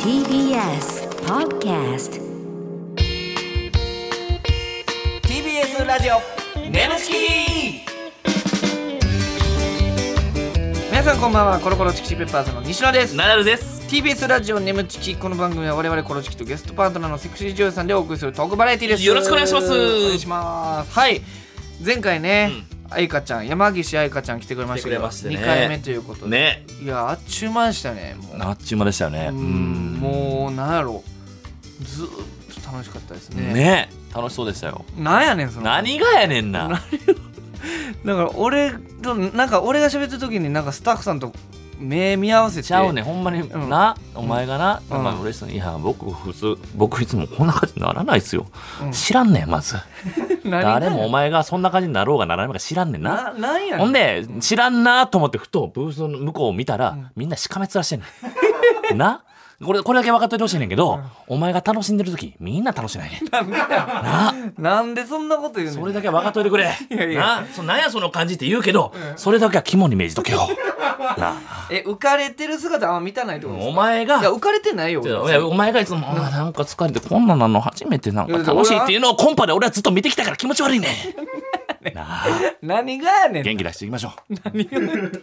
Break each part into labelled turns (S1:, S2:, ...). S1: TBS Podcast
S2: TBS ラジオネムチキ皆さんこんばんはコロコロチキチキペッパーズの西野です
S3: ナダルです。
S2: TBS ラジオネムチキこの番組は我々コロチキとゲストパートナーのセクシー女優さんでお送りするトークバラエティです
S3: よろしくお願いします
S2: お願いしますはい前回ね、愛花ちゃん山岸愛花ちゃん来てくれましたけ
S3: 来てくれ
S2: ど、
S3: ましてね
S2: 2回目ということで、
S3: ね。
S2: いやあっちゅう間でしたねもう
S3: あっちゅう間でしたよね。
S2: う
S3: う
S2: ん
S3: ん。
S2: もうなんやろずーっと楽しかったですね
S3: ね。楽しそうでしたよ。
S2: なんやねんその
S3: 何がやねんな。
S2: だから俺となんか俺が喋ってる時になんかスタッフさんと目見合わせて
S3: ちゃうね、ほんまに、
S2: うん
S3: な、お前がな、
S2: うん
S3: お前嬉しそうに、いや、僕、普通、僕いつもこんな感じにならないですよ。
S2: うん
S3: 知らんねん、まず。
S2: 何が
S3: 誰もお前がそんな感じになろうがならないか知らんねん
S2: な
S3: な。
S2: なんやね
S3: ほんで、知らんなと思って、ふとブースの向こうを見たら、
S2: ん
S3: みんなしかめつらしてんねん。 なこれこれだけ分かっといてほしいねんけど、お前が楽しんでる時みんな楽しないねん
S2: なんでそんなこと言うの
S3: それだけは分かっといてくれ
S2: やいや
S3: なそなんやその感じって言うけど、それだけは肝に銘じと けよな
S2: え浮かれてる姿あんま見たないってことです
S3: お
S2: か
S3: 前が
S2: いや浮かれてないよ
S3: いやお前がいつもあーなんか疲れてこんなんなんの初めてなんか楽しいっていうのをコンパで俺はずっと見てきたから気持ち悪いね なあ
S2: 何がやねん
S3: 元気出していきましょう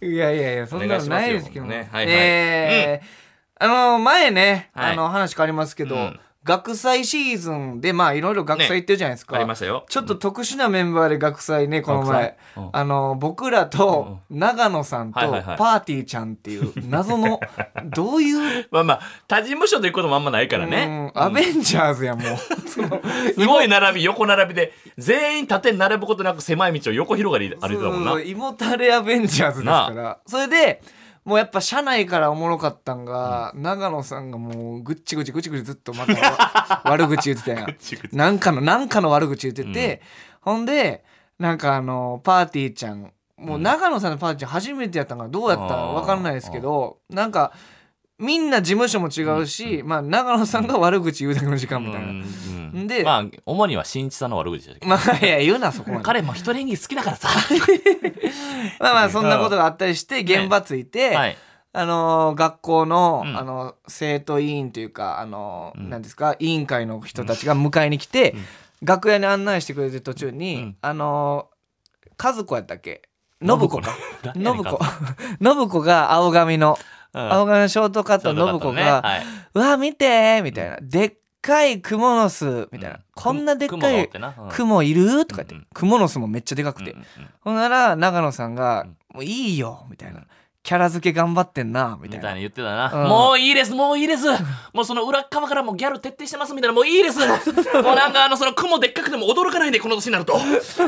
S2: いやいやいやそんなのないですけど
S3: お願いしますよねはいはい
S2: えーあの前ね
S3: はい
S2: あの話変わりますけど
S3: うん
S2: 学祭シーズンでまあいろいろ学祭行ってるじゃないですか
S3: ありましたよ
S2: ちょっと特殊なメンバーで学祭ねこの前、
S3: 学祭うん
S2: あの僕らと長野さんと
S3: はいはいはい
S2: パーティーちゃんっていう謎 のどういう、
S3: まあまあ他事務所ということもあんまないからね
S2: うんアベンジャーズやも うその
S3: すごい並び横並びで全員縦に並ぶことなく狭い道を横広がりで歩いてたもんな
S2: そう胃もたれアベンジャーズですからそれでもうやっぱ社内からおもろかったんが、長野さんがもうぐっちぐちぐちぐちずっとま た悪口言ってたやん
S3: ちぐち
S2: なんかのなんかの悪口言ってて、ほんでなんかあのパーティーちゃんもう長野さんのパーティーちゃん初めてやったんかどうやったか分かんないですけどなんかみんな事務所も違うし、まあ、長野さんが悪口言うだけの時間みたいな。
S3: うんうん
S2: で
S3: まあ主には新一さんの悪口でしたけど
S2: まあいや言うなそこまで
S3: 彼も一人演技好きだ からさ
S2: まあまあそんなことがあったりして現場ついて、
S3: はい
S2: あのー学校の,、
S3: うん
S2: あの生徒委員というか、あのー
S3: うん
S2: なんですか委員会の人たちが迎えに来て、楽屋に案内してくれてる途中に、
S3: うん
S2: あのー和子やったっけ信子か信子
S3: 子
S2: 信子が青髪の、青髪のショートカットの信子が「
S3: はい、
S2: うわ見て!」みたいな「でっかいクモの巣」みたいな、こんなでっかいク
S3: も
S2: モいる?」とか言って、
S3: うんうん
S2: クモの巣もめっちゃでかくて、ほんなら長野さんが
S3: うん
S2: 「もういいよ」みたいな
S3: うん
S2: 「キャラ付け頑張ってんな」み
S3: み
S2: たい
S3: たい
S2: な
S3: に。言ってたな、
S2: うん
S3: もういいですもういいですもうその裏側からもうギャル徹底してますみたいなもういい ですもうなんかあのその雲でっかくても驚かないでこの年になると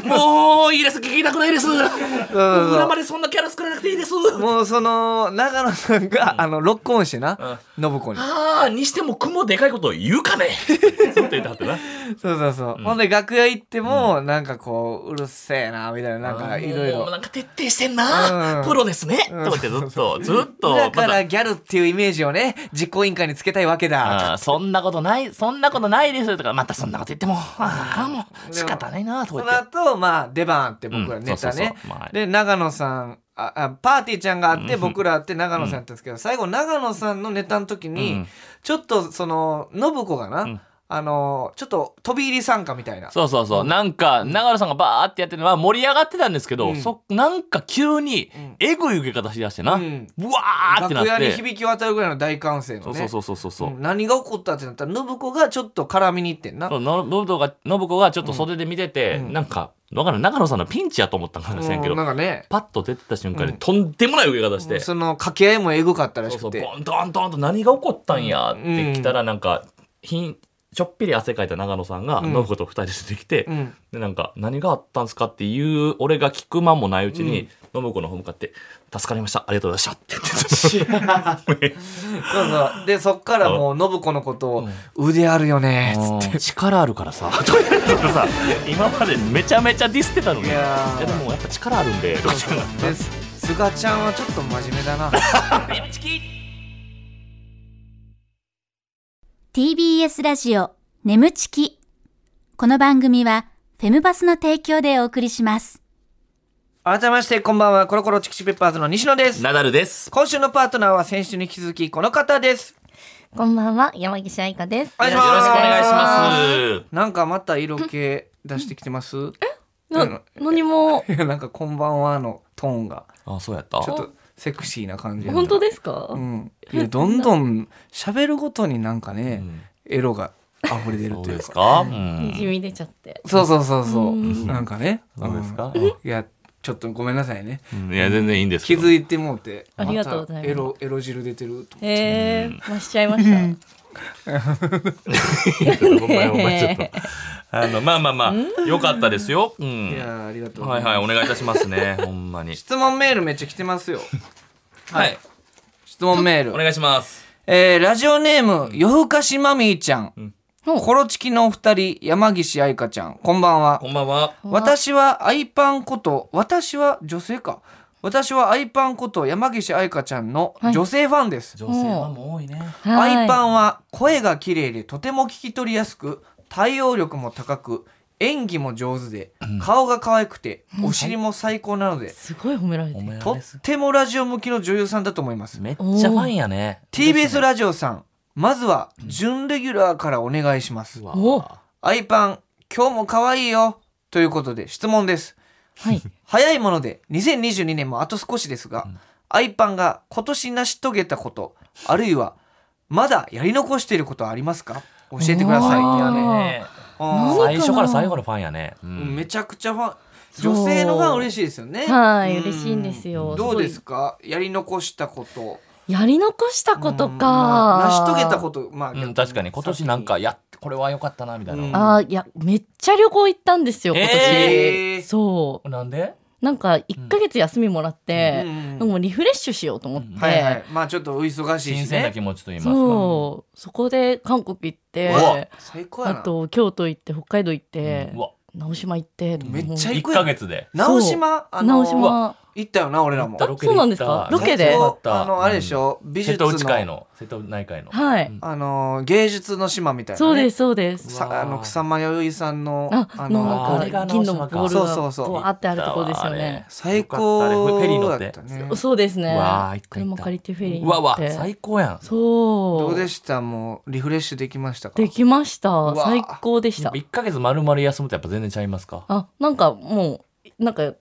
S3: もういいです聞きたくないです
S2: そうそう
S3: 裏までそんなキャラ作らなくていいです
S2: もうその長野さんが、あのロックオンしてな、信子に。
S3: ああにしても雲でかいことを言う かねずっと言ってはったな
S2: そうそうそう。ほんで楽屋行っても、なんかこううるせえなみたいななんかいろい
S3: もう
S2: ろ。
S3: なんか徹底してんな、
S2: うん
S3: プロですね、とか言ってずっとずっと
S2: だか
S3: また
S2: らギャルっていうイメージをね実行委員会につけたいわけだ。
S3: あーそんなことないそんなことないですとかまたそんなこと言ってもああもう仕方ないなと
S2: そ
S3: か
S2: の
S3: 言って
S2: 後まあ出番あって僕ら
S3: うん
S2: ネタ
S3: そうそう
S2: ね
S3: そうまあ。
S2: で長野さんああパーティーちゃんがあって
S3: うん
S2: 僕らあって長野さんやったんですけど最後長野さんのネタの時
S3: う
S2: に
S3: ん
S2: ちょっとその信子が
S3: うん
S2: なあのちょっと飛び入り参加みたいな。
S3: そうそうそうなんか長野さんがバーってやってるのは盛り上がってたんですけど、
S2: うん
S3: そなんか急に
S2: ん
S3: えぐい受け方しだしてな、
S2: う
S3: うんわーってな
S2: 楽
S3: っ
S2: 屋に
S3: て、
S2: 響き渡るぐらいの大歓声の
S3: そう
S2: ね。
S3: そうそうそうそうそう
S2: うん何が起こったってなったら信子がちょっと絡みに行ってんな
S3: そうの信子が信子がちょっと袖で見てて、
S2: うん
S3: なんかわからん長野さんのピンチやと思ったんかもしれんけ
S2: う
S3: ど、
S2: んなんかね
S3: パッと出てた瞬間に、
S2: うん
S3: とんでもない受け方して、
S2: その掛け合いもえぐかったらしく
S3: そうそ
S2: て
S3: うボンドンドンと何が起こったんやってきたらなんかひんちょっぴり汗かいた長野さんが
S2: うん
S3: 信子と二人で出てきて、
S2: うん
S3: でなんか何があったんすかっていう俺が聞く間もないうちに信子の方向かって「助かりましたありがとうございました」って言ってた
S2: そうそうでそっからもう信子のことを「腕あるよね」つって
S3: うん力あるからさ とか言ってたらさ今までめちゃめちゃディスってたのに
S2: い
S3: い
S2: や
S3: や
S2: ー
S3: でもやっぱ力あるんでとか言って
S2: ですすがちゃんはちょっと真面目 だな
S4: TBS ラジオ眠ちきこの番組はフェムバスの提供でお送りします
S2: 改めましてこんばんはコロコロチキチキペッパーズの西野です
S3: ナダルです。
S2: 今週のパートナーは先週に引き続きこの方です
S5: こんばんは、山岸愛香です。
S2: お願いし
S3: よろ
S2: ます
S3: しくお願いします。
S2: なんかまた色気出してきてます
S5: な、何も、
S2: いや なんかこんばんはのトーンが
S3: あ、そうやった
S2: ちょっとセクシーな感じ
S5: 本当
S2: で
S5: ですか、
S2: うんいやどんどん喋るごとになんかね、エロが溢れ出る
S3: どう
S2: とい
S3: で
S2: う
S3: す
S2: か
S3: か。う
S5: にじ
S3: ん
S5: み出ちゃって。
S2: そうそうそうそう、
S5: うん
S2: なんかね
S3: どうですか
S2: んいやちょっとごめんなさいね
S3: いや、全然いいんです
S2: 気
S3: けど。
S2: づいてもうて
S5: ありがとうございます
S2: たエロエロ汁出てると
S5: えー、増しちゃいました。
S3: お前お前ちょっと。あの、まあまあまあ、良かったですよ。うん。
S2: いやーありがとうござ
S3: はいい
S2: ます、
S3: はい、お願いいたしますね。ほんまに。
S2: 質問メールめっちゃ来てますよ
S3: はい、
S2: 質問メール
S3: お願いします。
S2: えーラジオネーム夜更かしマミーちゃん、コロチキのお二人山岸愛香ちゃんこんばんは
S3: こんばんは。
S2: 私はアイパンこと私は女性か私はアイパンこと山岸愛香ちゃんの女性ファンです、
S3: 女性はもう多いね。
S5: はい
S2: アイパンは声が綺麗でとても聞き取りやすく対応力も高く演技も上手で顔が可愛くてお尻も最高なので、
S5: すごい褒められて
S3: お
S5: る。
S3: 前
S2: と
S3: はね
S2: ってもラジオ向きの女優さんだと思います
S3: めっちゃファンやね。
S2: TBS ラジオさんまずは準レギュラーからお願いします
S3: うわ
S5: お
S2: アイパン今日も可愛いよということで質問です
S5: はい。
S2: 早いもので2022年もあと少しですが、アイパンが今年成し遂げたことあるいはまだやり残していることはありますか教えてください
S5: おー
S2: いやね
S3: ね
S2: あ
S3: 最初から最後のファンやね。う
S2: ー
S3: ん
S2: めちゃくちゃファン
S5: そう
S2: 女性のファン嬉しいですよね
S5: はい、
S2: うん
S5: 嬉しいんですよ。
S2: どうですか
S5: か
S2: やり残したこと
S5: やり残したこ
S2: う
S5: と
S2: ん
S5: か。
S2: まあ成し遂げたことまあ、
S3: うん、確かに今年なんかやっこれは良かったなみた
S2: う
S3: い
S2: ん
S3: な。
S5: あーいや、めっちゃ旅行行ったんですよ、今年。
S2: えー
S5: そう。
S3: なんで？
S5: なんか、1ヶ月休みもらって、
S2: うん
S5: でもリフレッシュしようと思って。
S2: はいはいまあちょっとお忙しいし、ね、
S3: 新鮮な気持ちと言いますか。
S5: そう。そこで韓国行っ
S2: うわ
S5: て、
S2: 最高や
S5: あ
S2: な
S5: と京都行って、北海道行って、
S3: うわ、
S5: 直島行ってとか
S2: めっちゃ
S5: も
S2: 行
S3: 一
S2: くや
S3: ヶ
S2: ん
S3: 月で。
S2: 直島あの
S5: 直島
S2: 行ったよな俺らも
S3: 行ったロケ行った
S5: そうなんですかロケで
S3: めっちゃ良かった
S2: あのあれでしょ、
S3: うん
S2: 美
S3: 瀬
S2: 術
S3: 戸
S2: の
S3: 内海の瀬戸内海の。
S5: はい、
S3: うん
S2: あのー芸術の島みたいな、ね、
S5: そうですそうです
S2: さあの草間弥生さんの
S5: あ
S2: の
S3: あ
S5: な
S3: れ
S5: ん
S3: が
S5: か
S3: 直
S5: 銀
S3: 島
S5: の
S3: か
S5: ボール
S2: そうそうそう
S5: がわーってあるところですよね
S2: 最高
S3: よかったあれフェリー乗って
S2: だったね
S5: そうですね
S3: うわー行った行った
S5: 車借りてフェリー
S3: う
S5: に乗
S3: わうわ
S5: って
S3: 最高やん。
S5: そう
S2: どうでしたもうリフレッシュできましたか
S5: できました
S2: わ
S5: 最高でし
S3: やったぱ一ヶ月まるまる休むとやっぱ全然ちゃいますか。
S5: あなんかもうなんか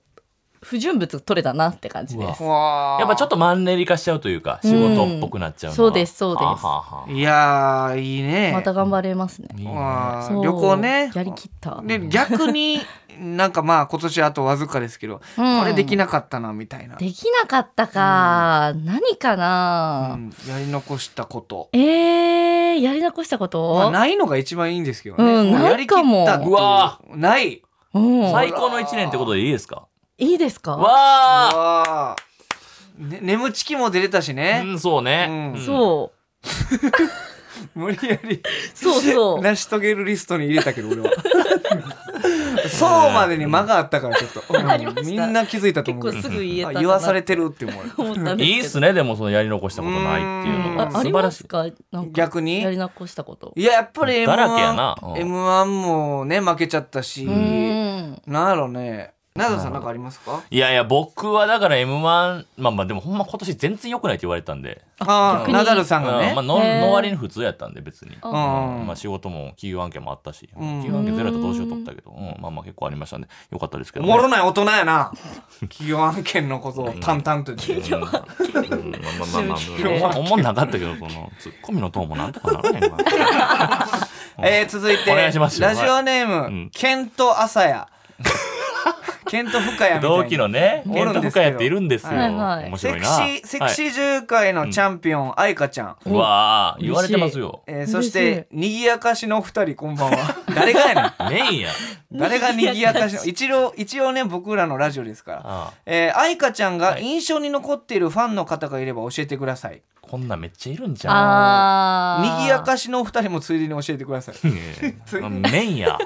S5: 不純物取れたなって感じです
S3: う
S2: わあ
S3: やっぱちょっとマンネリ化しちゃうというか仕事っぽくなっちゃうのは。
S5: そうですそうです
S3: あはは。
S2: いやーいいね
S5: また頑張れますね
S3: いいね
S2: わあ
S5: そう
S2: 旅行ね
S5: やりきった
S2: で逆になんかまあ今年あとわずかですけど、
S5: うん
S2: これできなかったなみたいな、
S5: できなかったか何か
S2: う
S5: な、
S2: ん、やり残したこと、
S5: えー、やり残したこと、
S2: まあ、ないのが一番いいんですけどね、
S5: うん
S2: もやりきった
S5: なんか
S2: って
S5: も
S2: いう
S3: うわ
S2: ない
S5: うん、
S3: 最高の一年ってことでいいですか。
S5: いいですか
S3: わあ。
S2: わあ、ね、眠ちきも出れたし
S3: う
S2: ね、
S3: んそうね。
S2: うん
S5: そう
S2: 無理やり
S5: そうそう
S2: 成し遂げるリストに入れたけど俺 はそうまでに間があったからちょっと、うん
S5: ありました
S2: みんな気づいたと
S5: 結
S2: 思う
S5: 構
S2: けど
S5: すぐ言えた
S2: あ
S5: かな
S2: 言わされてるって思う
S5: 思ったんですけど
S3: いいっすねでもそのやり残したことないっていうの
S2: う
S3: が
S2: ん
S5: ああ
S3: 素
S5: り
S3: 晴ら
S5: ま
S3: しい
S5: す。かなんか
S2: 逆に
S5: やり残したこと
S2: いややっぱり m
S3: だらけやな
S2: 1 m 1もね負けちゃったし、
S5: うーん
S2: なんやろね長田さんなんかありますか
S3: いやいや僕はだから M1 まあまあでもほんま今年全然良くないって言われたんで、
S2: あ
S5: 逆
S2: あ
S5: に
S2: ナダルさんが
S3: うんまあ
S2: ね、
S3: の
S5: へー
S3: の割に普通やったんで別に、
S5: あ
S2: うん
S3: まあ仕事も企業案件もあったし、
S2: うん
S3: 企業案件ゼロやったらどうしようと思ったけど、うんまあまあ結構ありましたんで良かったですけ
S2: お
S3: ど、
S2: もろない大人やな企業案件のことを淡々と言って
S3: うんまあまあまあま
S5: 業
S2: 案
S3: あ
S2: 件
S3: おもんなかったけどそのツッコミのトーンもなんとかならない かな
S2: えー、続いて
S3: お願いしますよ
S2: ラジオネーム、
S3: うん
S2: ケント・アサヤ ケント・フカヤみたいな
S3: 同期のね
S2: お
S3: 健
S2: るん
S3: 太
S2: ですけど
S3: 深谷っているんですよ、
S5: はいはい
S3: 面
S2: セ
S3: 白い
S2: ク
S3: な
S2: シーセクシー獣界のチャンピオン、愛花ちゃん、
S3: ー、はい、うわあ言われてますよ
S2: えー、そし
S5: 嬉して
S2: にぎやかしのお二人こんばんは 誰がや
S3: メインや
S2: ねん誰がにぎやかしの一応一応ね僕らのラジオですから
S3: ああ
S2: えー、愛花ちゃんが印象に残っているファンの方がいれば教えてください、
S3: こんなんめっちゃいるんじゃん
S5: あー
S2: にぎやかしのお二人もついでに教えてください
S3: ねえメインや。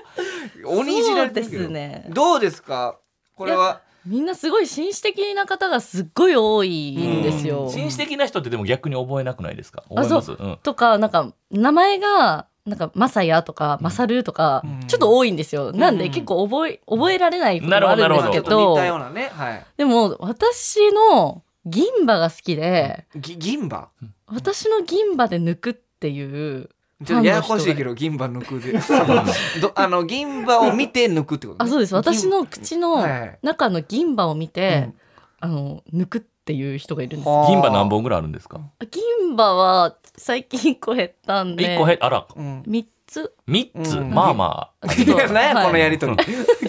S2: 鬼いじられてるけど
S5: そうですね
S2: どうですかこれは
S5: みんなすごい紳士的な方がすっごい多いんですよ。
S3: 紳士的な人ってでも逆に覚えなくないですか覚
S5: あ
S3: え
S5: そ
S3: ます
S5: う、
S3: うん
S5: とかなんか名前がなんかマサヤとかマサルとか、
S2: うん
S5: ちょっと多いんですよ。なん
S2: う
S5: で
S2: ん
S5: 結構覚え覚えられないこともあるん
S3: な
S5: で
S3: る
S5: す
S3: ほど
S5: け
S2: ちょっと
S5: ど
S2: 似たようなねはい
S5: でも私の銀歯が好きで、
S2: ぎ銀歯
S5: 私の銀歯で抜くっていう
S2: ちょっとややこしいけど銀歯抜くで どあの銀歯を見て抜くってこと、
S5: あそうです私の口の
S2: はいはい
S5: 中の銀歯を見て、
S2: うん
S5: あの抜くっていう人がいるんですよ
S2: はあ
S3: 銀歯何本ぐらいあるんですか
S5: 銀歯は最近1個減ったんで
S3: 一個へあ ら
S2: うん
S5: 3つ
S3: 三つ、
S2: うん
S3: まあまあ
S5: ち
S2: い
S5: ょっ
S2: や
S5: と
S2: 何やこの
S5: はい
S2: や りとり、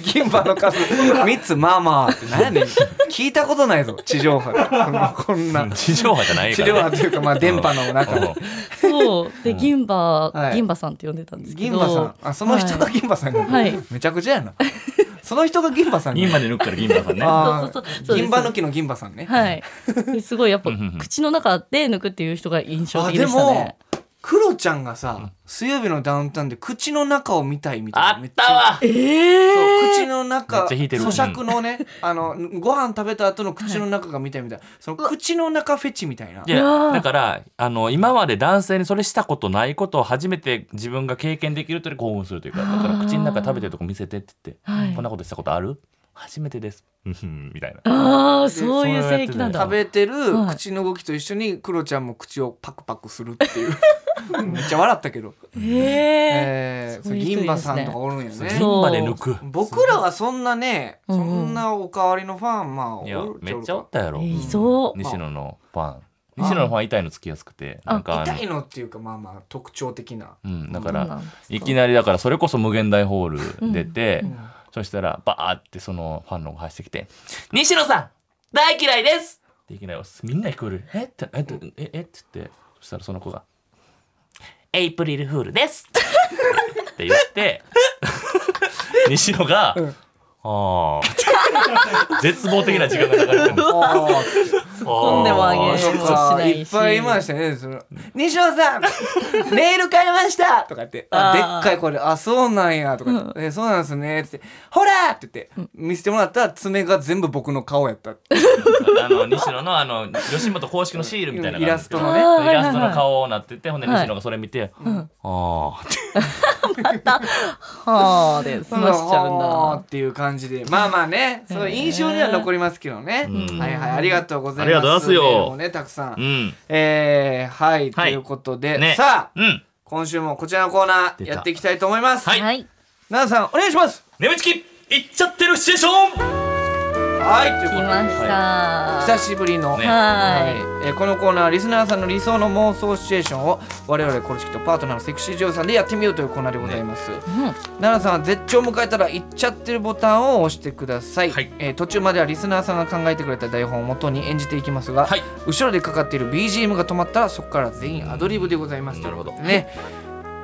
S2: 銀歯の数3つまあまあって何 やねん聞いたことないぞ地上波でこんな
S3: うん地上波じゃない
S2: 地
S3: か
S2: 上波
S3: ら、ね、
S2: というかまあ電波の中で
S5: そうで銀歯、
S2: はい
S5: 銀歯さんって呼んでたんですけ
S2: 銀
S5: ど
S2: 歯さんあその人が
S5: はい
S2: 銀歯さんが、
S5: はい
S2: めちゃくちゃやなその人が銀歯さん
S3: 銀歯で抜くから銀歯さんね
S2: あー
S5: そうそうそうそうです
S2: 銀歯抜きの銀歯さんね、
S5: はいですごいやっぱ
S3: うんうんうん
S5: 口の中で抜くっていう人が印象
S2: あ
S5: 的
S2: で
S5: でした
S2: も
S5: ね
S2: クロちゃんがさ水曜日のダウンタウンで口の中を見たいみたいな
S3: あ
S2: め
S3: っ
S2: ちゃ
S3: たわ
S5: え
S2: そう口
S5: ー、
S2: の中
S3: めっちゃ引いてる
S2: 咀嚼のね、あのご飯食べた後の口の中が見たいみたいなその口の中フェチみたいない
S5: いや
S3: や
S5: ー
S3: だからあの今まで男性にそれしたことないことを初めて自分が経験できるという興奮するというかだから
S5: あー
S3: 口の中食べてるとこ見せてって言って、
S5: はい
S3: こんなことしたことある初めてですうんふんみたいな
S5: ああそういう性癖なんだ
S2: 食べてる
S5: はい
S2: 口の動きと一緒にクロちゃんも口をパクパクするって いうめっちゃ笑ったけど、
S5: ええ
S2: えー
S5: そういう人いる
S2: 銀
S5: んですね
S2: 歯さんとかおるんよね
S3: 銀歯で抜く
S2: 僕らはそんなね
S5: う
S2: そ
S5: んうん
S2: んなおかわりのファンまあお
S3: いや
S2: る
S3: めっちゃおっ
S2: ゃ
S3: たやろ、
S5: いそう
S3: 西野のファン西野のファン痛いのつきやすくてなん
S2: お
S3: かあ
S2: る
S3: の
S2: 痛いのっていうかまあまあ特徴的な
S3: うん、だ
S5: そ
S3: か
S5: う
S3: ら
S5: なんですか
S3: いきなりだからそれこそ無限大ホール出て、
S2: うん
S3: そしたらバーってそのファンの方が走ってきて「西野さん大嫌いです!」っていきなりみんな聞こえる「えっ?」て「えっ?」てええっつってそしたらその子が「エイプリルフールです!」って言って 西野が「ああ」絶望的な時間が流れてる
S2: あー
S5: 込んでもあげる
S2: そっか
S5: しないし
S2: いっぱいいましたねその「西野さん ネイル買いました!」とかって「あ
S5: あー
S2: でっかいこれあそうなんや」とか言ってえそうなんですね」って「ほら!」って言って見せてもらったら爪が全部僕の顔やったっていう
S3: あの西野のあの吉本公式のシールみたいなのがあるんですけど
S2: イラストのね
S5: あーはい
S3: イ
S5: はい
S3: ラ
S5: は
S3: ス
S5: い
S3: トの顔になっててほんで
S5: はい
S3: 西野がそれ見て「ああ」って
S5: はあで済ましちゃうん
S2: ほー
S5: だ
S2: っていう感じでまあまあねそう印象には残りますけどね
S3: うん
S2: はいはいありがとうございます
S3: ありがとうございますよ
S2: メールもねたくさ
S3: うんん
S2: えーはいと
S3: はい
S2: いうことで
S3: ね
S2: さあ
S3: うん
S2: 今週もこちらのコーナー
S3: 出た
S2: やっていきたいと思います
S3: はい
S5: はい
S2: 奈々さんお願いします
S3: 眠ちきいっちゃってるシチュエーション
S2: はいという
S5: 来
S2: ことで
S5: ました
S2: 久しぶりの、
S3: ね
S5: は
S2: はいえーこのコーナーはリスナーさんの理想の妄想シチュエーションを我々コルチキとパートナーのセクシージョーさんでやってみようというコーナーでございます、
S5: い、うん
S2: 奈良さんは絶頂を迎えたら「行っちゃってる」ボタンを押してください、
S3: はい
S2: えー途中まではリスナーさんが考えてくれた台本を元に演じていきますが、
S3: はい
S2: 後ろでかかっている BGM が止まったらそこから全員アドリブでございます
S3: うんなるほど
S2: ね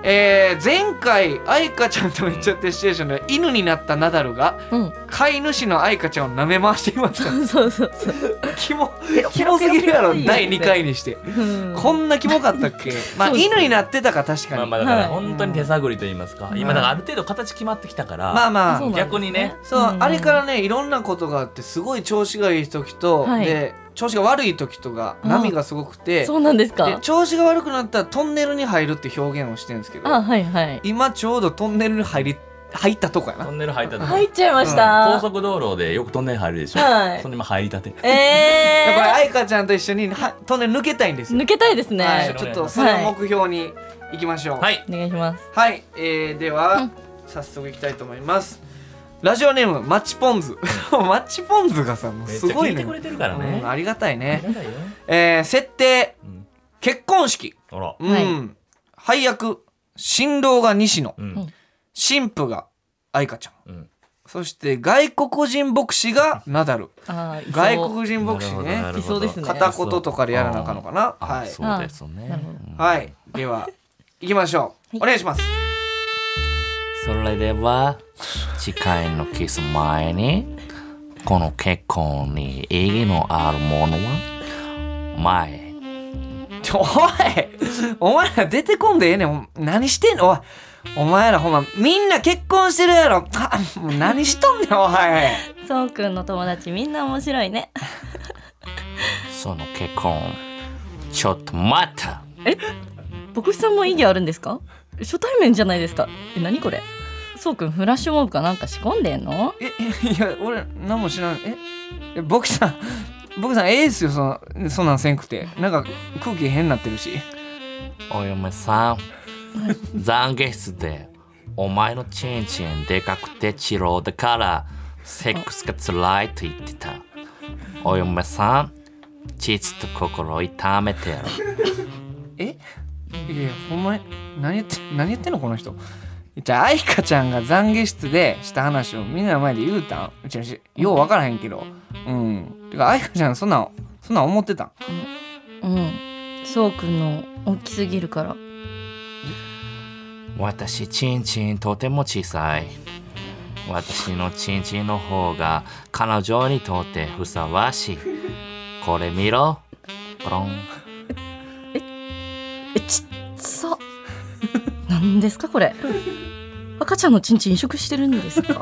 S2: えー前回愛花ちゃんとの「行っちゃってる」シチュエーションでは犬になったナダルが飼い主の愛花ちゃんを舐め回していました
S5: うん、 そうそうそう、
S2: キモキモすぎるやろ
S5: いや
S2: 第2回にして
S5: うん、
S2: こんなキモかったっけまあ
S5: そうです
S2: 犬になってたか確か
S3: まあ
S2: にま
S3: まあだから
S5: はい
S3: 本当に手探りと言いますか
S2: ん
S3: 今だからある程度形決まってきたから
S2: あま
S5: そう
S2: あ
S5: なんです
S3: 逆にね
S2: そう
S5: うん
S2: あれからねいろんなことがあってすごい調子がいい時と
S5: はい
S2: で調子が悪い時とか
S5: うん
S2: 波がすごくて
S5: そうなんです
S2: で
S5: か
S2: 調子が悪くなったらトンネルに入るって表現をしてるんですけど
S5: あはいはい
S2: 今ちょうどトンネルに入り入ったとこや
S3: ト
S2: な
S3: ンネル入ったと
S5: 入っちゃいまし
S3: 高
S5: た、
S3: 速道路でよくトンネル入るでしょ
S5: はい
S3: その今入りたて
S5: え
S2: だ
S5: ー、
S2: から愛花ちゃんと一緒にはトンネル抜けたいんですよ
S5: 抜けたいですね、
S2: はい
S3: ね
S2: ちょっとそれを目標にいきましょう
S3: はい
S5: お願いします
S2: はい、えー、では、
S5: うん
S2: 早速いきたいと思いますラジオネームマッチポンズ マッチポンズがさもう
S3: めっ
S2: す
S3: ちゃ
S2: ご
S3: 聞
S2: い
S3: い
S2: ね
S3: てくれてるからね
S2: うんありがたい
S3: あり
S2: ね
S3: がたいよ
S2: えー、設定
S3: うん
S2: 結婚式
S3: あら
S2: うん、
S5: はい
S2: 配役新郎が西野
S3: うん
S2: 新婦が愛花ちゃん
S3: うん
S2: そして外国人牧師がナダル
S5: あーいそう
S2: 外国人牧師ね
S3: なるほどなるほど
S5: いそうですね
S2: 片言とかでやらなあかんのかな
S3: あ
S2: はい
S3: そうですね
S5: なるほど
S3: うん
S2: はいでは行きましょう、
S5: はい
S2: お願いします
S3: それでは次回のキス前にこの結婚に意義のあるものは前へ
S2: ちょおいお前ら出てこんでええねんお何してんのおい お前らほんまみんな結婚してるやろあもう何しとんねんおい
S5: そうくんの友達みんな面白いね
S3: その結婚ちょっと待った
S5: 牧師さんも意義あるんですか初対面じゃないですかえ何これそうくんフラッシュモブかなんか仕込んでんの
S2: ええいや俺何も知らんええ僕さん僕さんええっすよそのそんなんせんくてなんか空気変になってるし
S3: お嫁さん懺悔室でお前のチンチンでかくてチロだからセックスが辛いと言ってたお嫁さん実と心痛めてやる
S2: えいやほんまに何言って何言ってんのこの人じゃあ愛花ちゃんが懺悔室でした話をみんなの前で言うたんうちらしよう分からへんけどうんてか愛花ちゃんそんなんそんなん思ってたん
S5: うんそうくんの大きすぎるから
S3: 私チンチンとても小さい私のチンチンの方が彼女にとってふさわしいこれ見ろポロン
S5: えちっさ何ですかこれ赤ちゃんのチンチン移植してるんですか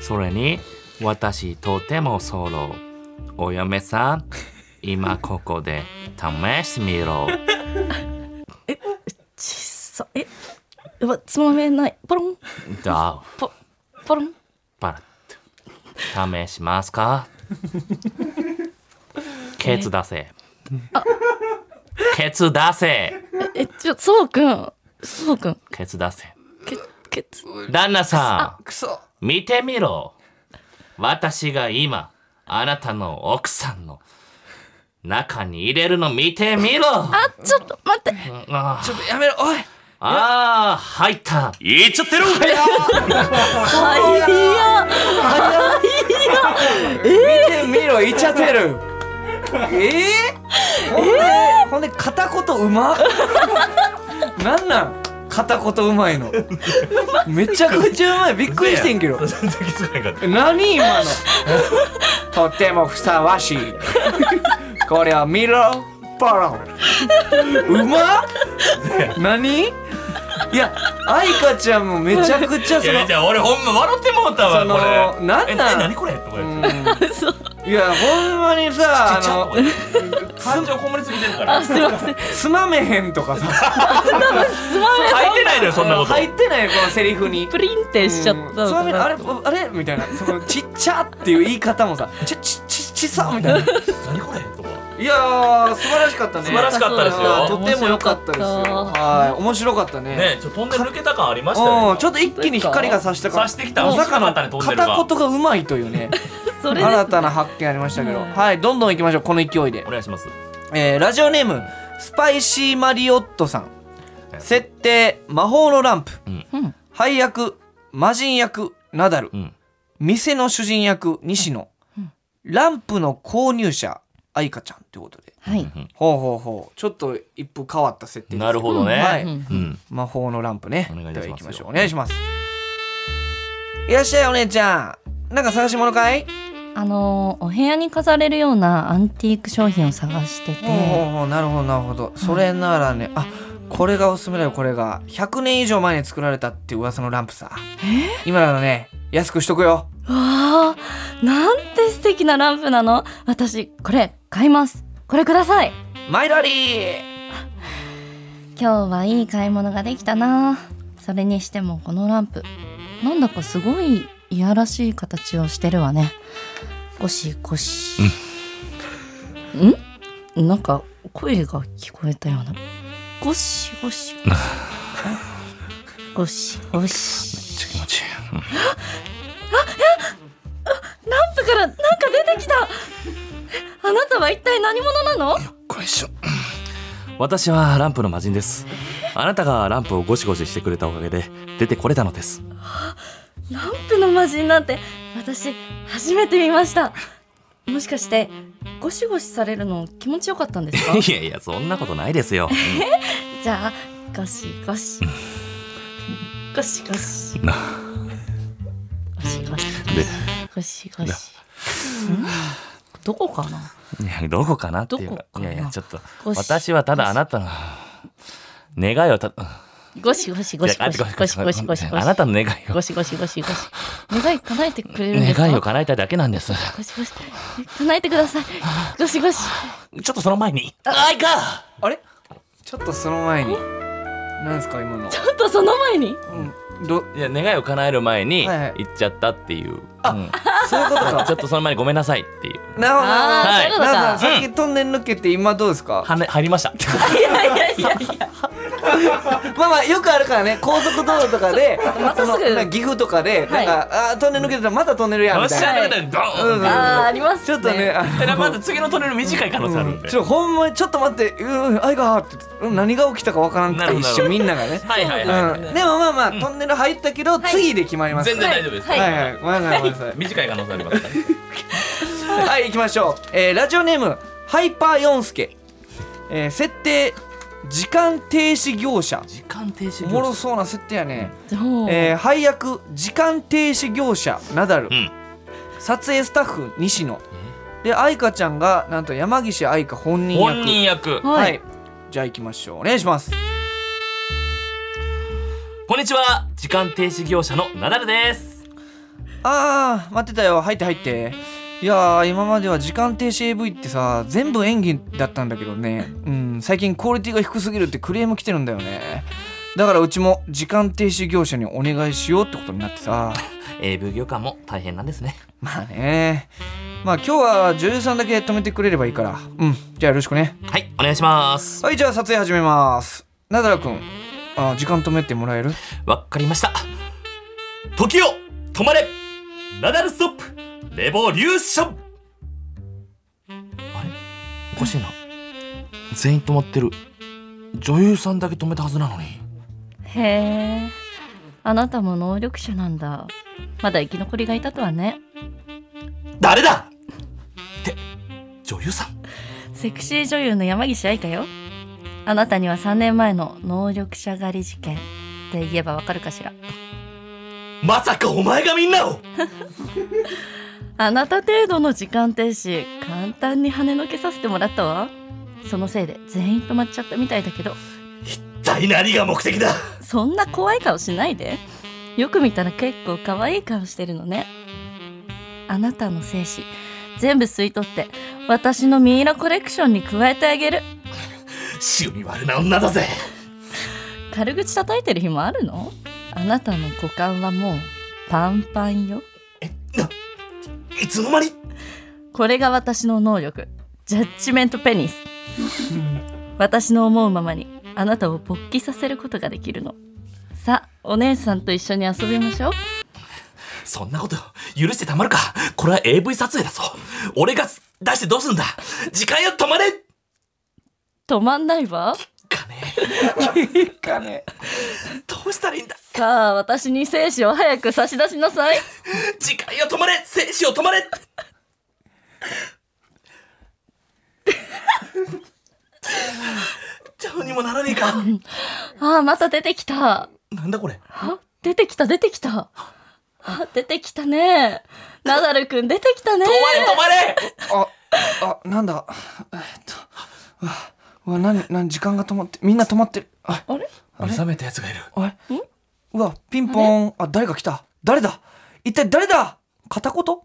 S3: それに私とてもソロお嫁さん今ここで試してみろ
S5: ちっさえうわつまめないポロン
S3: だ
S5: ポポロン
S3: パラッと試しますかケツ出せケツ出せ
S5: えちょそうくんそうくん
S3: ケツ出せ
S5: けけつ
S3: 旦那さ
S2: くそ
S3: ん見てみろ私が今あなたの奥さんの中に入れるの見てみろあ
S5: あちょっと待って
S3: あ
S2: ちょっとやめろおい
S3: ああ、入った。言っちゃってる。
S5: はいや
S2: 見てみろイチャてるえー、ほんで、ほんで片言うまなんなん片言うまいのめちゃくちゃうまいびっくりしてんけど
S3: 全然気づかなかっ
S2: 何今 のとてもふさわしいこれはミロポロうま何いや愛花ちゃんもめちゃくちゃ
S3: た。い
S2: その
S3: や、じゃあ俺ほんま笑ってもうた
S2: その
S3: わ、これ。
S2: なんなん
S3: ええ何これとか言って。
S2: うんいやほんまにさ
S3: ちっちゃ
S2: あの
S3: とか言って感情こもりすぎてるから。
S5: ーすいません
S2: つまめへんとかさ
S5: つまめ
S3: 入ってないのよ、そんなこと。
S2: 入ってないよこのセリフに
S5: プリンってしちゃった
S2: うん
S5: の
S2: つま
S5: か
S2: めあ
S5: な
S2: れあれみたいなそのちっちゃっていう言い方もさちちちちさみたいな
S3: 何これとか。
S2: いやー素晴らしかったね
S3: 素晴らしかったです
S2: あーとて
S3: よ。
S2: も良かったですよ
S5: 面白かっ
S2: はい面白かったね
S3: ね、ちょっとトンネル抜けた感ありましたよ
S2: う
S3: ね。
S2: んちょっと一気に光が差したから
S3: 差してきた
S2: まさかの
S3: 面白かったねトンネルが
S2: 片言がうまいというね
S5: それです
S2: 新たな発見ありましたけどはいどんどんいきましょうこの勢いで
S3: お願いします。
S2: えーラジオネームスパイシーマリオットさん
S3: はい
S2: 設定魔法のランプ、
S3: うん
S5: うん
S2: 配役魔人役ナダル、
S3: うん。
S2: 店の主人役西野、ランプの購入者愛花ちゃんということで
S5: はい
S2: ほうほうほうちょっと一風変わった設定です
S3: なるほどね。
S2: はい
S5: うん
S3: うん。
S2: 魔法のランプね
S3: お願いい
S2: で
S3: た
S2: は
S3: し
S2: 行きま
S3: ますよ
S2: しょうお願いしますいらっしゃいお姉ちゃんなんか探し物かい
S5: あのーお部屋に飾れるようなアンティーク商品を探して
S2: ほうほう
S5: て
S2: ほうなるほどなるほどそれならねあこれがおすすめだよこれが100年以上前に作られたっていう噂のランプさ今ならね安くしとくよ
S5: うわーなんて素敵なランプなの私これ買いますこれください
S2: マイラリー
S5: 今日はいい買い物ができたなそれにしてもこのランプなんだかすごいいやらしい形をしてるわねゴシゴシんなんか声が聞こえたようなゴシゴシゴシゴシ
S3: ちょっと気持ちいい。
S5: ランプからなんか出てきたえあなたは一体何者なの
S3: これしょ私はランプの魔人ですあなたがランプをゴシゴシしてくれたおかげで出てこれたのです
S5: ランプの魔人なんて私初めて見ましたもしかしてゴシゴシされるの気持ちよかったんですか
S3: いやいやそんなことないですよ
S5: じゃあゴシゴシゴシゴシ
S3: な
S5: ゴシゴシ
S3: で
S5: ゴシゴシんどこかない
S3: やどこかなっていう
S5: どこかない
S3: やいやちょっと
S5: ゴシ
S3: 私はただあなたの願いをた
S5: ゴシゴシゴシゴシゴシゴシゴシゴシゴシ
S3: あなたの願いを
S5: ゴシゴシゴシゴシ願い叶えてくれるんですか
S3: 願いを叶えただけなんです
S5: ゴシゴシ叶えてくださいゴシゴシ
S3: ちょっとその前にあいか
S2: あれちょっとその前になんですか今の、
S5: ちょっとその 前に
S2: うん、ど
S3: いや願いを叶える前に
S2: はいはい
S3: 行っちゃったっていう、うん
S2: そういうことか
S3: ちょっとその前にごめんなさいっていう
S2: なるほど
S5: あ
S3: ー
S2: なるほど
S5: そういうことか
S2: なんささっきトンネル抜けて今どうですか
S3: はね入りました
S5: いやいやいやいや
S2: まあまあよくあるからね高速道路とか で
S5: またすぐ
S2: そのなんか岐阜とかでなんか、あートンネル抜けてたらまたトンネルや
S3: お
S2: み
S3: ったし
S2: いな
S3: ゃるみたいにドーンって
S5: あーあります
S2: ちょっとねあの
S3: だからまず次のトンネル短い可能性あるんで、
S2: ちょほんまにちょっと待って「うんあいが」ってうん何が起きたかわからんく
S3: なる
S2: て
S3: ほど
S2: 一瞬みんながね、
S3: はいはいはい、
S2: うん、でもまあまあ、トンネル入ったけど、次で決まります
S3: 全然大丈夫です、
S5: はい
S2: はいはいごめんなさいごめんなさい
S3: 短い可能性ありますから、
S2: はい、行きましょう。えーラジオネーム、ハイパーヨンスケ。えー設定、時間停止業者。
S3: 時間停止
S2: おもろそうな設定やね。
S5: どう
S2: えー配役、時間停止業者、ナダル。
S3: ん
S2: 撮影スタッフ、西野。で、愛花ちゃんが、なんと山岸愛花本人役。
S3: 本人役
S5: は
S2: はい。じゃあ行きましょう。お願いします。
S3: こんにちは時間停止業者のナダルです
S2: あー、待ってたよ。入って入って。いやー今までは時間停止 AV ってさ全部演技だったんだけどねうん最近クオリティが低すぎるってクレーム来てるんだよねだからうちも時間停止業者にお願いしようってことになって さ
S3: AV 業界も大変なんですね
S2: まあねまあ今日は女優さんだけ止めてくれればいいからうんじゃあよろしくね
S3: はいお願いします
S2: はいじゃあ撮影始めますなだらくんあ時間止めてもら える
S3: わかりました時を止まれナダルストップレボリューションあれおかしいな全員止まってる女優さんだけ止めたはずなのに
S5: へえあなたも能力者なんだまだ生き残りがいたとはね
S3: 誰だって女優さん
S5: セクシー女優の山岸愛香よあなたには3年前の能力者狩り事件って言えばわかるかしら
S3: まさかお前がみんなを
S5: あなた程度の時間停止簡単に跳ねのけさせてもらったわそのせいで全員止まっちゃったみたいだけど
S3: 大何が目的だ
S5: そんな怖い顔しないでよく見たら結構可愛い顔してるのねあなたの精子全部吸い取って私のミイラコレクションに加えてあげる
S3: 死に悪な女だぜ
S5: 軽口叩いてる日もあるのあなたの股間はもうパンパンよ
S3: いつの間に
S5: これが私の能力ジャッジメントペニス私の思うままにあなたを勃起させることができるのさあお姉さんと一緒に遊びましょう
S3: そんなこと許してたまるかこれは AV 撮影だぞ俺が出してどうすんだ時間よ止まれ
S5: 止まんないわ
S3: かね
S2: いいかね
S3: どうしたらいいんだ
S5: さあ私に精子を早く差し出しな さい
S3: 時間よ止まれ精子を止まれどうにもならねえか
S5: ああまた出てきた
S3: なんだこれ
S5: あ出てきた出てきたあ出てきたねナダルくん出てきたね
S3: 止まれ止まれ
S2: ああなんだえっとうわうわ何何時間が止まってみんな止まってるあ
S5: あれ
S3: 目覚めたやつがいる
S2: あれうわピンポーンあ誰が来た誰だ一体誰だ片言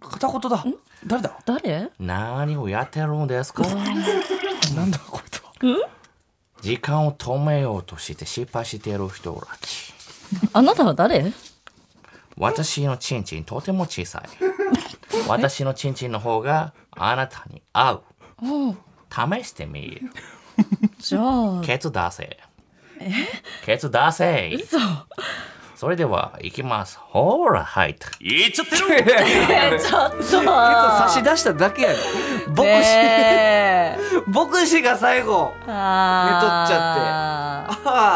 S2: 片言だ誰だ
S5: 誰
S3: 何をやってるんですか
S2: なんだこいつは
S3: 時間を止めようとして失敗している人たち
S5: あなたは誰
S3: 私のチンチンとても小さい 私のチンチンの方があなたに合う
S5: うん
S3: 試してみる
S5: じゃあ
S3: ケツ出せケツ出せ
S5: 嘘
S3: それでは行きますほら入ったいっちゃってる
S5: えちょっと結構
S2: 差し出しただけやろ牧師
S5: ねえ
S2: 牧師が最後
S5: あー
S2: あ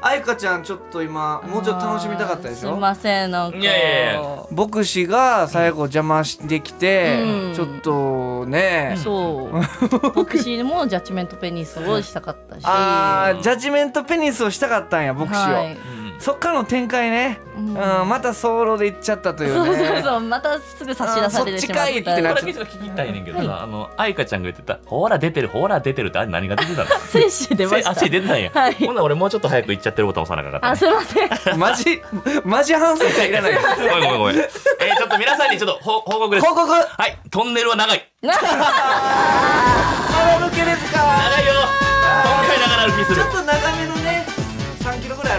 S2: あ愛花ちゃんちょっと今もうちょっと楽しみたかったでし
S5: すい
S2: ょ
S5: ませんなんか
S3: いやいやい
S2: 牧師が最後邪魔してきて、
S5: うん
S2: ちょっとね、
S5: そうボクシーもジャッジメントペニスをしたかったし
S2: あージャッジメントペニスをしたかったんや牧師を、
S5: はい
S2: そっからの展開ね、
S5: う
S2: うん
S5: ん
S2: またソロで行っちゃったという
S5: そう
S2: ね
S5: そうそうまたすぐ差し出されてしまった
S2: あーそっちかいってなっ
S3: これだけちょっと聞きたいねんけどさ、あの愛花ちゃんが言ってた「ほら出てるほら出てる」ってあれ何が出て たの
S5: 精子出ました
S3: 足出てないや、
S5: はい
S3: ほんなら俺もうちょっと早く行っちゃってるボタン押さなかった、
S5: あすいません
S2: マジマジ反省会いらない
S3: ごめんごめんごめん。えー、ちょっと皆さんにちょっと報報告です。
S2: 報告
S3: はい、トンネルは長い。
S2: カラオケですか
S3: 長いよ。今回長々歩きす
S2: ち
S3: る
S2: ょっ。と長めのね3キロぐらいあ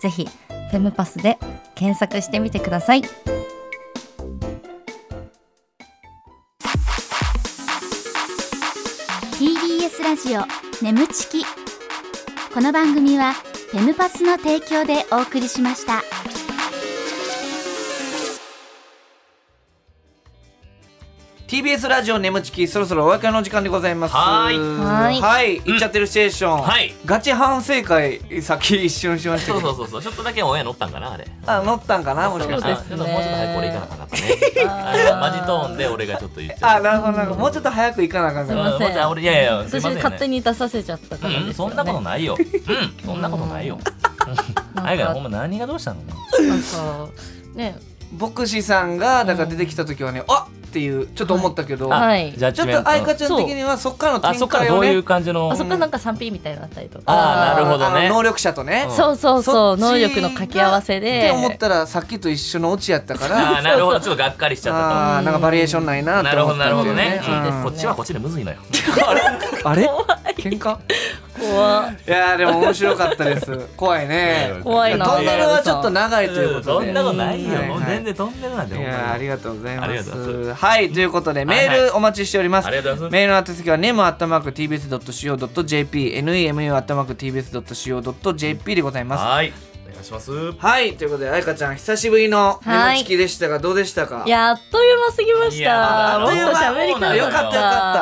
S5: ぜひフェムパスで検索してみてください
S4: TBS ラジオ眠ちきこの番組はフェムパスの提供でお送りしました
S2: つ TBS ラジオ眠ちきそろそろお別れの時間でございます
S3: はーい
S5: はーい
S2: はい行っちゃってるステーション、
S3: はい
S2: ガチ反省会先一瞬しました
S3: そ
S2: け
S3: うそ
S2: ど
S3: うそうそう。ちょっとだけオンエア乗ったんかなあれ。
S2: あ乗ったんかなもしかし
S5: そ
S2: て
S5: う
S3: あ
S5: ですね
S3: ちょっともうちょっと早く俺行かなあかんかったね。あれはマジトーンで俺がちょっと言っちゃ
S2: あ
S3: っ
S2: なるほどなんかもうちょっと早く行かなあかんか
S5: すい
S2: な
S5: ま
S3: た。
S5: せん
S3: もうちょいあ俺いやいやすい
S5: 私
S3: ません、ね。
S5: 勝手に出させちゃったからですよ
S3: うん、そ
S5: ね
S3: んなことないよ。うん、そんなことないよ。うんあやがほんま何がどうしたの？
S5: なんかね
S2: 牧師さんがだから出てきた時はね、あっっていうちょっと思ったけど、
S5: はい
S3: じゃあ
S2: ちょっと愛花ちゃん的にはそっからの
S3: あそ
S2: 展
S3: っから
S2: 開
S3: ど
S2: を
S3: うい
S2: ね
S3: う感じの。
S5: あそこなんか 3P みたいなのあったりとか、
S3: あーなるほどね
S2: あの能力者とね、
S3: うん
S5: そうそうそ
S2: そっ
S5: う能
S2: ち
S5: 力の掛け合わせ
S2: って
S5: で
S2: 思ったらさっきと一緒のオチやったか
S3: あ
S2: ら
S3: ーなるほどちょっとがっかりしちゃったと。
S2: あーなんかバリエーションないなっ
S3: な
S2: て
S3: るほ
S2: 思っ
S3: ど
S2: た
S3: なるほどね。
S2: んだよ
S3: うんこっちはこっちでむずいのよ。
S2: うんあれ喧嘩
S5: 怖い
S2: いやーでも面白かったです怖いね
S5: 怖いな
S2: トンネルはちょっと長いということ
S3: そ
S2: で
S3: んなことないよ。
S2: はい
S3: もう全然トンネルなんて
S2: い
S3: ほんまに
S2: やーありがとうござい
S3: あり
S2: ま
S3: が
S2: す
S3: とうござい
S2: はいということでメ
S3: はいは
S2: ールお待ちしております、
S3: ありがとうございます
S2: メールの宛先は nemu.tbs.co.jp nemu.tbs.co.jp でございます
S3: はい。お願いします。
S2: はいということで愛花ちゃん久しぶりの「
S5: はい
S2: 眠ちき」でしたがどうでしたか
S5: やあっという間すぎまし
S3: いや
S5: た
S3: あ
S5: もっと喋り
S3: あっと
S5: 方
S3: いう間
S2: よかったよかっ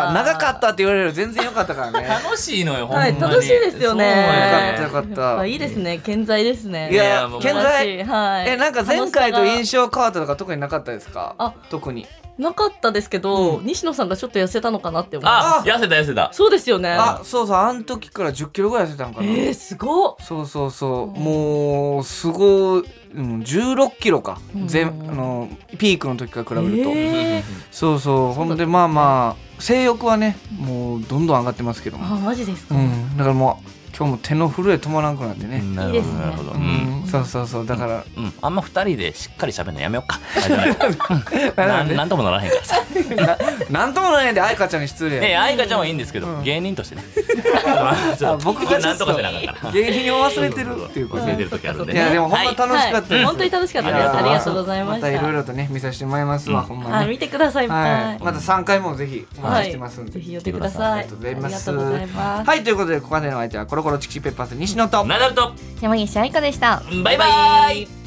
S2: た長かったって言われるより全然よかった からね
S3: 楽しいのよほんま
S5: は
S3: に。
S5: い楽しいですよね
S2: そうよかったよかった
S5: やぱいいですね健在ですね
S2: い
S3: い
S2: や
S3: やもう
S2: 健在
S5: 素晴らしいはい
S2: えなんか前回と
S5: 楽しさが
S2: 印象変わったとか特になかったですか
S5: あ
S2: 特に
S5: なかったですけど、西野さんがちょっと痩せたのかなって思う
S3: あ痩せた痩せた。
S5: そうですよね
S2: あそうそうあの時から1 0キロぐらい痩せたんかな
S5: えー、すごっ
S2: そうそうそうもうすごいうん16キロか
S5: うん
S2: 全あのピークの時から比べると、
S5: えー、
S2: そうそうほんでまあまあ性欲はねもうどんどん上がってますけど
S5: あ
S2: も、
S5: マジです
S2: う
S5: か、
S2: ん、だからもう今日も手の震え止まらんくなってね、
S3: ない
S5: いですね
S3: なるほど。う
S2: うん
S3: ん。
S2: そうそうそうだから、
S3: うん、あんま二人でしっかり喋るのやめようか。 ななんともならへんからさ。
S2: ななんともないんで愛花ちゃんに失礼や、
S3: ねえ、愛花ちゃんはいいんですけど、
S2: うん
S3: 芸人としてね。
S2: あ僕がちょ
S3: な
S2: っ
S3: んと
S2: と
S3: かせなあかんから。
S2: 芸人を 忘れてるっていうこと
S3: 忘
S2: で
S3: れてる時あるんで
S2: いや
S3: ね。
S2: でもほんま楽しかったです、
S5: はい本当に楽しかったですありがとうございました
S2: またいろいろとね見させてもらいますわ、
S3: うん
S2: ほんま
S5: あ
S2: に、
S5: 見てくださいいっぱ
S2: はいい、また3回もぜひお
S5: は
S2: 待ち
S5: い
S2: してますんで、
S5: ぜひ寄ってください。
S2: ありがとうございます
S5: ありがとうございます
S2: はい、ということで、ここまでのお相手はコロコロチキチキペッパーズ西野と。
S3: ナダルと、
S5: 山岸愛香でした。
S3: バイバイ